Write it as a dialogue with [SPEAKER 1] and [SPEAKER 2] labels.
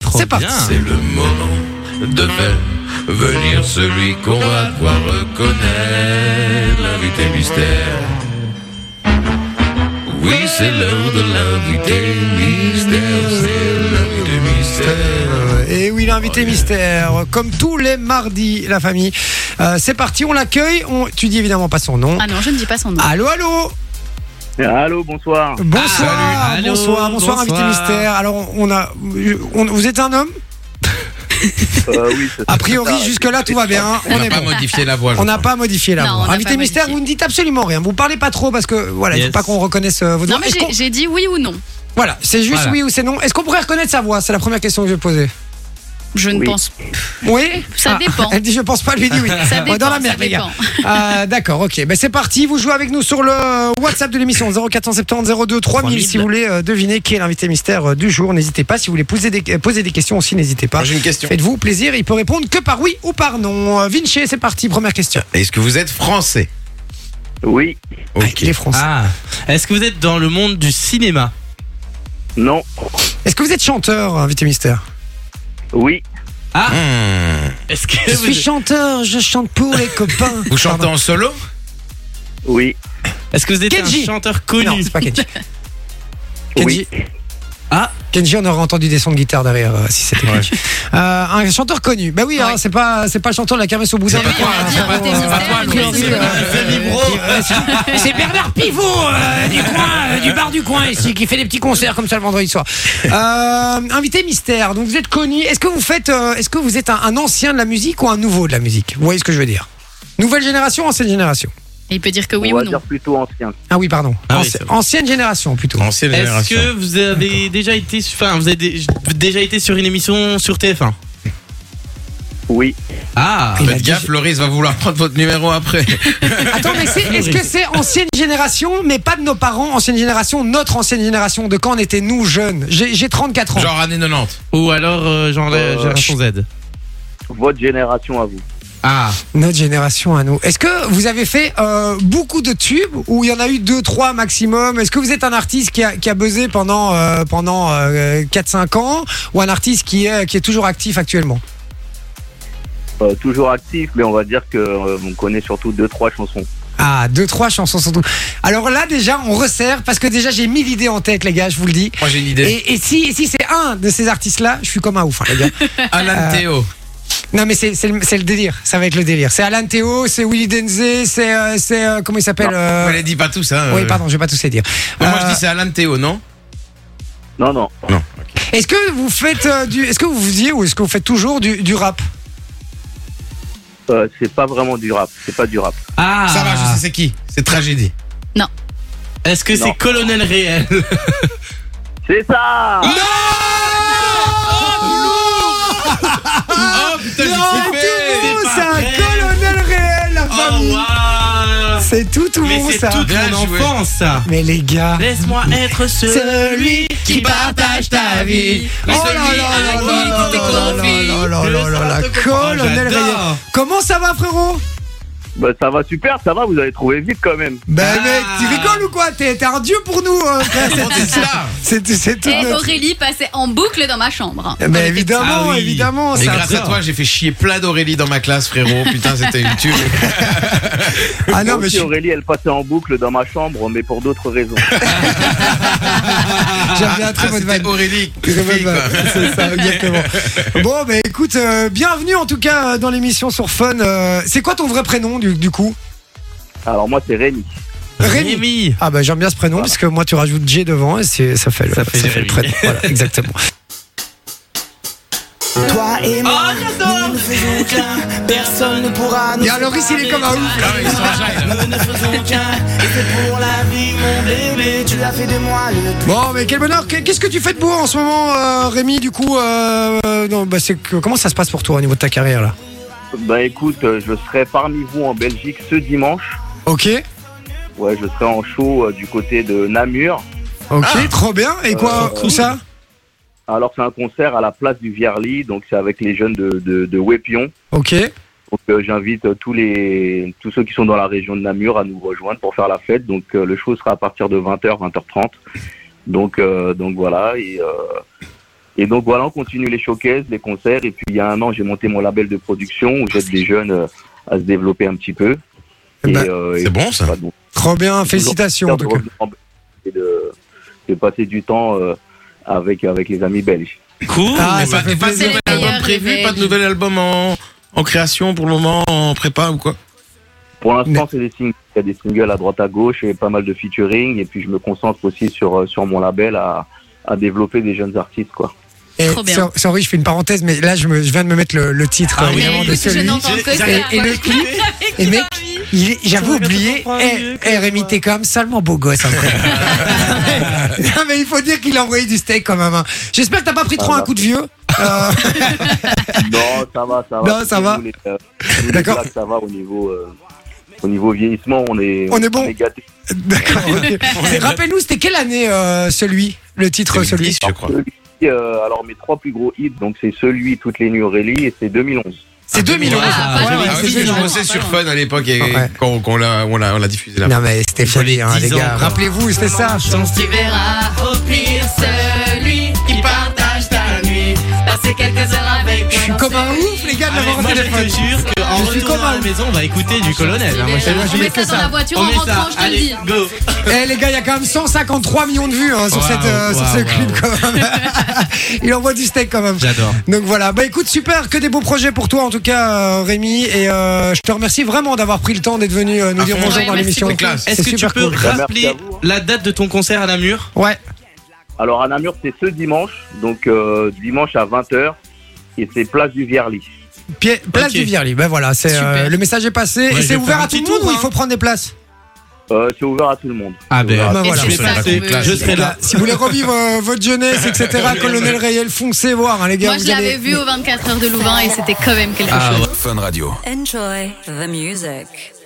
[SPEAKER 1] Trop
[SPEAKER 2] C'est parti.
[SPEAKER 1] bien.
[SPEAKER 3] C'est le moment de faire venir celui qu'on va devoir reconnaître, l'invité mystère. Oui, c'est l'heure de l'invité mystère, c'est l'invité mystère.
[SPEAKER 2] Et oui,
[SPEAKER 1] Oh,
[SPEAKER 2] l'invité mystère, comme tous les mardis, la famille. Euh, c'est parti, on l'accueille. On... Tu dis évidemment pas son nom.
[SPEAKER 4] Ah non, je ne dis pas son nom.
[SPEAKER 2] Allô, allô
[SPEAKER 5] Ah, Allô, bonsoir.
[SPEAKER 2] Bonsoir,
[SPEAKER 1] Ah, salut. Allô,
[SPEAKER 2] bonsoir, bonsoir,
[SPEAKER 1] bonsoir.
[SPEAKER 2] invité mystère. Alors, on a, on- vous êtes un homme
[SPEAKER 5] Euh, oui, c'est-
[SPEAKER 2] A priori,
[SPEAKER 5] c'est ça.
[SPEAKER 2] jusque-là, tout va bien.
[SPEAKER 1] On
[SPEAKER 2] On
[SPEAKER 1] n'a
[SPEAKER 2] est
[SPEAKER 1] pas
[SPEAKER 2] bon.
[SPEAKER 1] modifié la voix. je
[SPEAKER 2] On n'a
[SPEAKER 1] crois.
[SPEAKER 2] pas modifié la
[SPEAKER 4] Non,
[SPEAKER 2] voix.
[SPEAKER 4] on n'a
[SPEAKER 2] Invité
[SPEAKER 4] pas
[SPEAKER 2] mystère,
[SPEAKER 4] modifié.
[SPEAKER 2] vous ne dites absolument rien. Vous parlez pas trop parce que voilà, il
[SPEAKER 1] Yes.
[SPEAKER 2] faut pas qu'on reconnaisse euh, votre
[SPEAKER 4] Non,
[SPEAKER 2] voix.
[SPEAKER 4] mais
[SPEAKER 2] Est-ce
[SPEAKER 4] j'ai-
[SPEAKER 2] qu'on-
[SPEAKER 4] j'ai dit oui ou non.
[SPEAKER 2] Voilà, c'est juste
[SPEAKER 1] Voilà.
[SPEAKER 2] oui ou c'est non. Est-ce qu'on pourrait reconnaître sa voix C'est la première question que je vais poser.
[SPEAKER 4] Je ne
[SPEAKER 5] Oui.
[SPEAKER 4] pense
[SPEAKER 2] Oui. Ah.
[SPEAKER 4] Ça dépend.
[SPEAKER 2] Elle dit je pense pas, lui dit oui.
[SPEAKER 4] Ça
[SPEAKER 2] On est
[SPEAKER 4] dépend,
[SPEAKER 2] dans la merde,
[SPEAKER 4] ça
[SPEAKER 2] les gars.
[SPEAKER 4] dépend.
[SPEAKER 2] Ah, D'accord, ok. Ben, c'est parti. Vous jouez avec nous sur le WhatsApp de l'émission 0470 02 3000 si vous voulez euh, deviner qui est l'invité mystère euh, du jour. N'hésitez pas. Si vous voulez poser des, euh, poser des questions aussi, n'hésitez pas.
[SPEAKER 6] Moi, J'ai une question.
[SPEAKER 2] Faites-vous plaisir. Il peut répondre que par oui ou par non. Euh, Vinci, c'est parti. Première question.
[SPEAKER 6] Est-ce que vous êtes français
[SPEAKER 5] Oui,
[SPEAKER 6] Ok.
[SPEAKER 2] Les Français.
[SPEAKER 1] Ah. Est-ce que vous êtes dans le monde du cinéma
[SPEAKER 5] non,
[SPEAKER 6] Ah.
[SPEAKER 2] Est-ce que vous êtes chanteur, invité mystère
[SPEAKER 5] oui,
[SPEAKER 6] Hmm.
[SPEAKER 1] Est-ce que
[SPEAKER 2] Je
[SPEAKER 1] vous
[SPEAKER 2] suis chanteur. Je chante pour les copains.
[SPEAKER 6] Vous chantez en solo
[SPEAKER 5] oui,
[SPEAKER 1] Est-ce que vous êtes
[SPEAKER 2] Kenji.
[SPEAKER 1] un chanteur
[SPEAKER 2] Non,
[SPEAKER 1] connu
[SPEAKER 2] c'est pas Kenji.
[SPEAKER 5] oui,
[SPEAKER 2] Kenji.
[SPEAKER 1] Ah.
[SPEAKER 2] Kenji, on aurait entendu des sons de guitare derrière euh, si c'était Kenji. Euh, un chanteur connu. Bah oui,
[SPEAKER 4] Ouais.
[SPEAKER 2] hein, c'est pas c'est pas le chanteur de la kermesse au bout
[SPEAKER 4] pas toi, hein, c'est pas toi, c'est pas toi, Louis.
[SPEAKER 2] euh, C'est Bernard Pivot euh, du coin, euh, du bar du coin ici, qui fait des petits concerts comme ça le vendredi soir. Euh, invité mystère. Donc vous êtes connu. Est-ce que vous faites euh, Est-ce que vous êtes un, un ancien de la musique ou un nouveau de la musique Vous voyez ce que je veux dire Nouvelle génération, ancienne génération.
[SPEAKER 4] Il peut dire que oui
[SPEAKER 5] on
[SPEAKER 4] ou
[SPEAKER 5] va
[SPEAKER 4] non.
[SPEAKER 5] dire plutôt ancien.
[SPEAKER 2] Ah oui, pardon.
[SPEAKER 1] Ah oui,
[SPEAKER 2] Anci-
[SPEAKER 1] c'est vrai.
[SPEAKER 2] ancienne génération plutôt.
[SPEAKER 6] Ancienne
[SPEAKER 1] Est-ce
[SPEAKER 6] génération.
[SPEAKER 1] que vous avez déjà été, enfin, vous avez dé- déjà été sur une émission sur TF1
[SPEAKER 5] Oui,
[SPEAKER 1] Ah.
[SPEAKER 2] Il a
[SPEAKER 6] Faites
[SPEAKER 2] dit-
[SPEAKER 6] gaffe, Loris va vouloir prendre votre numéro après.
[SPEAKER 2] Attends, mais c'est- est-ce que c'est ancienne génération, mais pas de nos parents, ancienne génération, notre ancienne génération, de quand on était nous jeunes J'ai j'ai 34 ans.
[SPEAKER 6] Genre années 90.
[SPEAKER 1] Ou alors euh, genre la
[SPEAKER 5] Euh,
[SPEAKER 1] génération Z.
[SPEAKER 5] votre génération à vous.
[SPEAKER 1] Ah.
[SPEAKER 2] Notre génération à nous. Est-ce que vous avez fait euh, beaucoup de tubes ou il y en a eu 2, 3 maximum Est-ce que vous êtes un artiste qui a, qui a buzzé pendant, euh, pendant 4-5 ans ou un artiste qui est, qui est toujours actif actuellement
[SPEAKER 5] Euh, toujours actif, mais on va dire que euh, on connaît surtout deux trois chansons.
[SPEAKER 2] Ah, 2-3 chansons surtout. Alors là, déjà, on resserre parce que déjà, j'ai mille idées en tête, les gars, je vous le dis.
[SPEAKER 6] Moi j'ai une idée.
[SPEAKER 2] Et, et si, et si c'est un de ces artistes-là, je suis comme un ouf, hein, les gars.
[SPEAKER 6] Alan
[SPEAKER 2] Euh,
[SPEAKER 6] Théo.
[SPEAKER 2] Non mais c'est c'est le, c'est le délire, ça va être le délire. C'est Alan Théo, c'est Willy Denze, c'est euh, c'est euh, comment il s'appelle euh,
[SPEAKER 6] On les dit pas tous, hein.
[SPEAKER 2] Oui
[SPEAKER 6] euh.
[SPEAKER 2] pardon, je vais pas tous les dire.
[SPEAKER 6] Non, Moi je
[SPEAKER 2] Euh,
[SPEAKER 6] dis c'est Alan Théo, non
[SPEAKER 5] Non, non,
[SPEAKER 2] Est-ce que vous faites euh, du, est-ce que vous faisiez ou est-ce que vous faites toujours du, du rap
[SPEAKER 5] euh, c'est pas vraiment du rap, c'est pas du rap.
[SPEAKER 1] Ah.
[SPEAKER 6] Ça va, je sais c'est qui. C'est tragédie.
[SPEAKER 1] Est-ce que c'est
[SPEAKER 5] Non.
[SPEAKER 1] Colonel Réel
[SPEAKER 2] Oh,
[SPEAKER 5] C'est
[SPEAKER 2] Ah.
[SPEAKER 5] ça
[SPEAKER 6] Oh putain,
[SPEAKER 2] Non,
[SPEAKER 6] j'ai
[SPEAKER 2] tout
[SPEAKER 6] kiffé
[SPEAKER 2] bon,
[SPEAKER 1] pas
[SPEAKER 2] c'est un
[SPEAKER 1] vrai.
[SPEAKER 2] colonel réel, la
[SPEAKER 1] Oh
[SPEAKER 2] famille.
[SPEAKER 1] waouh
[SPEAKER 2] C'est tout tout
[SPEAKER 1] Mais
[SPEAKER 2] bon
[SPEAKER 1] c'est
[SPEAKER 2] ça.
[SPEAKER 1] toute
[SPEAKER 6] Bien
[SPEAKER 1] mon
[SPEAKER 6] joué.
[SPEAKER 1] enfance ça.
[SPEAKER 2] Mais les gars.
[SPEAKER 1] Laisse-moi être
[SPEAKER 2] Celui
[SPEAKER 1] celui qui partage ta vie.
[SPEAKER 2] Oh là
[SPEAKER 1] Celui
[SPEAKER 2] là là
[SPEAKER 1] à
[SPEAKER 2] là
[SPEAKER 1] qui tu
[SPEAKER 2] là là
[SPEAKER 1] confies
[SPEAKER 2] là là
[SPEAKER 1] le
[SPEAKER 2] là là là,
[SPEAKER 1] sentiment.
[SPEAKER 2] colonel
[SPEAKER 1] Oh, J'adore.
[SPEAKER 2] Réel. Comment ça va frérot
[SPEAKER 5] Bah, ça va super, ça va, vous avez trouvé vite quand même.
[SPEAKER 2] Ben
[SPEAKER 1] Ah.
[SPEAKER 2] mec, tu rigoles ou quoi T'es t'es un dieu pour nous. euh, frère,
[SPEAKER 6] Bon, Oh, t'es star.
[SPEAKER 2] c'est c'est- c'est tout.
[SPEAKER 4] Et
[SPEAKER 2] notre-
[SPEAKER 4] Aurélie passait en boucle dans ma chambre. Eh, On
[SPEAKER 2] Mais
[SPEAKER 4] était
[SPEAKER 2] évidemment,
[SPEAKER 1] Ah oui.
[SPEAKER 2] évidemment.
[SPEAKER 6] Et
[SPEAKER 2] ça-
[SPEAKER 6] grâce à toi, j'ai fait chier plein d'Aurélie dans ma classe, frérot. Putain, c'était une tue.
[SPEAKER 2] Ah
[SPEAKER 5] Moi
[SPEAKER 2] non, mais
[SPEAKER 5] aussi,
[SPEAKER 2] je-
[SPEAKER 5] Aurélie, elle passait en boucle dans ma chambre, mais pour d'autres raisons.
[SPEAKER 2] j'avais un très bonne
[SPEAKER 6] Ah, c'était
[SPEAKER 2] vanne.
[SPEAKER 6] Aurélie.
[SPEAKER 2] Très bonne
[SPEAKER 6] Fille,
[SPEAKER 2] vanne.
[SPEAKER 6] quoi.
[SPEAKER 2] C'est ça, exactement. Bon, bah écoute, euh, bienvenue en tout cas euh, dans l'émission sur Fun. Euh, c'est quoi ton vrai prénom du, du coup
[SPEAKER 5] Alors moi, c'est Rémi.
[SPEAKER 2] Rémi.
[SPEAKER 1] Rémi.
[SPEAKER 2] Ah bah j'aime bien ce prénom parce que moi tu rajoutes J devant et c'est- ça fait le,
[SPEAKER 1] Ça fait
[SPEAKER 2] le
[SPEAKER 1] Jérémy.
[SPEAKER 2] prénom. Voilà, exactement.
[SPEAKER 7] Toi et
[SPEAKER 1] Oh
[SPEAKER 7] moi,
[SPEAKER 1] j'adore
[SPEAKER 7] nous ne faisons qu'un, personne ne pourra nous.
[SPEAKER 2] Et alors ici il est comme un ouf.
[SPEAKER 6] Ah ouais, ils sont jeunes, là.
[SPEAKER 7] Nous ne faisons qu'un, et c'est pour la vie, mon bébé. Tu as fait de moi le
[SPEAKER 2] Bon, mais quel bonheur. Qu'est- Qu'est-ce que tu fais de beau en ce moment, euh, Rémi Du coup, euh, non, bah, c'est que- comment ça se passe pour toi au niveau de ta carrière là
[SPEAKER 5] Bah écoute, euh, je serai parmi vous en Belgique ce dimanche.
[SPEAKER 2] Ok,
[SPEAKER 5] Ouais, je serai en show euh, du côté de Namur.
[SPEAKER 2] ok, trop bien. Et quoi,
[SPEAKER 5] Euh,
[SPEAKER 2] où ça
[SPEAKER 5] Alors c'est un concert à la place du Vierly, donc c'est avec les jeunes de, de, de Wépion.
[SPEAKER 2] Ok.
[SPEAKER 5] Donc euh, j'invite euh, tous les tous ceux qui sont dans la région de Namur à nous rejoindre pour faire la fête. Donc euh, le show sera à partir de 20h, 20h30. Donc euh, donc voilà et euh, Et donc voilà, on continue les showcases, les concerts. Et puis il y a un an, j'ai monté mon label de production où j'aide des jeunes euh, à se développer un petit peu.
[SPEAKER 2] Eh ben,
[SPEAKER 5] euh,
[SPEAKER 6] C'est bon ça
[SPEAKER 5] voilà, donc,
[SPEAKER 2] Trop bien,
[SPEAKER 5] toujours
[SPEAKER 2] félicitations en tout
[SPEAKER 5] de
[SPEAKER 2] cas.
[SPEAKER 5] revenir en Belgique Et de, de passer du temps euh, avec, avec les amis belges.
[SPEAKER 1] Cool.
[SPEAKER 2] Ah, ça
[SPEAKER 6] pas,
[SPEAKER 2] fait
[SPEAKER 6] pas de
[SPEAKER 2] plaisir.
[SPEAKER 6] nouvel
[SPEAKER 4] C'est les
[SPEAKER 6] album
[SPEAKER 4] meilleurs
[SPEAKER 6] prévu,
[SPEAKER 4] réveils.
[SPEAKER 6] pas de nouvel album en, en création pour le moment, en prépa ou quoi
[SPEAKER 5] Pour l'instant, c'est des singles. Il y a des singles à droite à gauche et pas mal de featuring. Et puis je me concentre aussi sur, euh, sur mon label à, à développer des jeunes artistes. quoi.
[SPEAKER 2] Et
[SPEAKER 4] Trop bien.
[SPEAKER 2] so- Sorry, je fais une parenthèse, mais là, je, me, je viens de me mettre le, le titre
[SPEAKER 6] Ah
[SPEAKER 2] euh,
[SPEAKER 6] oui,
[SPEAKER 2] évidemment
[SPEAKER 4] Mais
[SPEAKER 2] de
[SPEAKER 4] écoute, je
[SPEAKER 2] celui.
[SPEAKER 4] n'entends que ça.
[SPEAKER 2] Et, et
[SPEAKER 4] moi.
[SPEAKER 2] le clip, et mec, il est- j'avoue
[SPEAKER 1] J'aurais
[SPEAKER 2] oublié,
[SPEAKER 1] pas compris
[SPEAKER 2] eh, eh, Rémi, t'es quand même salement beau gosse. hein, frère. non, mais il faut dire qu'il a envoyé du steak quand même. hein. J'espère que t'as pas pris trop un coup de vieux. Euh,
[SPEAKER 5] Non, ça va, ça va.
[SPEAKER 2] Non, ça va.
[SPEAKER 5] Nous, les, euh, nous, les
[SPEAKER 2] D'accord.
[SPEAKER 5] blacks, ça va au niveau, euh, au niveau vieillissement. On est,
[SPEAKER 2] On est bon.
[SPEAKER 5] gâtés.
[SPEAKER 2] D'accord. ok. Mais Rappelle-nous, c'était quelle année euh, celui Le titre, celui
[SPEAKER 6] 2010, je crois.
[SPEAKER 5] Euh, alors, mes trois plus gros hits, donc c'est celui Toutes les nuits Aurélie et c'est 2011.
[SPEAKER 2] C'est 2011.
[SPEAKER 4] Ah,
[SPEAKER 2] ouais,
[SPEAKER 4] pas
[SPEAKER 2] ouais,
[SPEAKER 6] Ah
[SPEAKER 2] c'est
[SPEAKER 6] oui,
[SPEAKER 4] fait
[SPEAKER 6] je
[SPEAKER 4] dans-
[SPEAKER 2] énorme.
[SPEAKER 6] bossais sur
[SPEAKER 4] pas
[SPEAKER 6] Fun à l'époque et
[SPEAKER 2] Ouais.
[SPEAKER 6] quand, quand on l'a on l'a- on l'a diffusé là.
[SPEAKER 2] Non, mais c'était folie, hein,
[SPEAKER 1] J'avais
[SPEAKER 2] les
[SPEAKER 1] 10 ans,
[SPEAKER 2] gars.
[SPEAKER 1] quoi.
[SPEAKER 2] Rappelez-vous, c'était ça.
[SPEAKER 7] Tu verras au pire celui qui partage ta nuit. Passer quelques heures avec
[SPEAKER 2] Je suis comme un ouf, les gars, de
[SPEAKER 1] Ah, mais
[SPEAKER 2] l'avoir au
[SPEAKER 1] moi, je te
[SPEAKER 2] téléphone.
[SPEAKER 1] jure qu'en
[SPEAKER 2] Je suis
[SPEAKER 1] retournant
[SPEAKER 2] comme
[SPEAKER 1] à la
[SPEAKER 2] un-
[SPEAKER 1] maison, on va écouter du colonel. hein. Moi, je-
[SPEAKER 2] moi, je
[SPEAKER 4] On
[SPEAKER 2] lui ai
[SPEAKER 4] met
[SPEAKER 2] fait
[SPEAKER 4] ça dans
[SPEAKER 2] ça.
[SPEAKER 4] la voiture
[SPEAKER 1] On
[SPEAKER 4] en
[SPEAKER 1] met ça.
[SPEAKER 4] rentrant, je te le
[SPEAKER 1] Allez,
[SPEAKER 4] dis.
[SPEAKER 1] go.
[SPEAKER 2] Eh les gars, il y a quand même 153 millions de vues hein, sur,
[SPEAKER 1] Waouh,
[SPEAKER 2] cette, euh, sur
[SPEAKER 1] waouh,
[SPEAKER 2] ce
[SPEAKER 1] waouh.
[SPEAKER 2] clip quand même. il envoie du steak quand même.
[SPEAKER 1] J'adore.
[SPEAKER 2] Donc voilà, bah écoute, super, que des beaux projets pour toi en tout cas euh, Rémi et euh, je te remercie vraiment d'avoir pris le temps d'être venu euh, nous
[SPEAKER 6] À
[SPEAKER 2] dire
[SPEAKER 1] Ah,
[SPEAKER 6] fond.
[SPEAKER 2] bonjour
[SPEAKER 4] Ouais,
[SPEAKER 2] dans
[SPEAKER 4] merci
[SPEAKER 2] l'émission.
[SPEAKER 4] beaucoup.
[SPEAKER 6] Classe.
[SPEAKER 2] C'est
[SPEAKER 1] Est-ce que tu
[SPEAKER 2] super
[SPEAKER 1] peux
[SPEAKER 2] cool.
[SPEAKER 5] Bah, merci à
[SPEAKER 1] rappeler
[SPEAKER 5] vous, hein.
[SPEAKER 1] la date de ton concert à Namur
[SPEAKER 2] Ouais,
[SPEAKER 5] Alors, à Namur, c'est ce dimanche, donc euh, dimanche à 20h, et c'est place du Vierly.
[SPEAKER 2] Pi- place
[SPEAKER 1] Ok.
[SPEAKER 2] du Vierly. Ben voilà, c'est euh,
[SPEAKER 4] Super.
[SPEAKER 2] le message est passé
[SPEAKER 1] Ouais,
[SPEAKER 2] et
[SPEAKER 1] je
[SPEAKER 2] c'est
[SPEAKER 1] vais
[SPEAKER 2] ouvert
[SPEAKER 1] faire
[SPEAKER 2] à
[SPEAKER 1] un
[SPEAKER 2] tout le
[SPEAKER 1] petit
[SPEAKER 2] monde
[SPEAKER 1] tour,
[SPEAKER 2] ou il
[SPEAKER 1] hein.
[SPEAKER 2] faut prendre des places
[SPEAKER 5] Euh, c'est ouvert à tout le monde.
[SPEAKER 1] Ah ben.
[SPEAKER 2] Ben
[SPEAKER 4] Et
[SPEAKER 2] voilà.
[SPEAKER 4] c'est ça qu'on
[SPEAKER 1] Classe. Je
[SPEAKER 4] veut.
[SPEAKER 1] serai là.
[SPEAKER 2] Si vous voulez revivre euh, votre jeunesse, etc., Colonel Rayel, foncez voir, hein, les gars.
[SPEAKER 4] Moi, je
[SPEAKER 2] vous allez-
[SPEAKER 4] l'avais vu aux 24 heures de Louvain et c'était quand même quelque
[SPEAKER 1] Ah,
[SPEAKER 4] chose.
[SPEAKER 1] ouais.
[SPEAKER 8] Enjoy the music.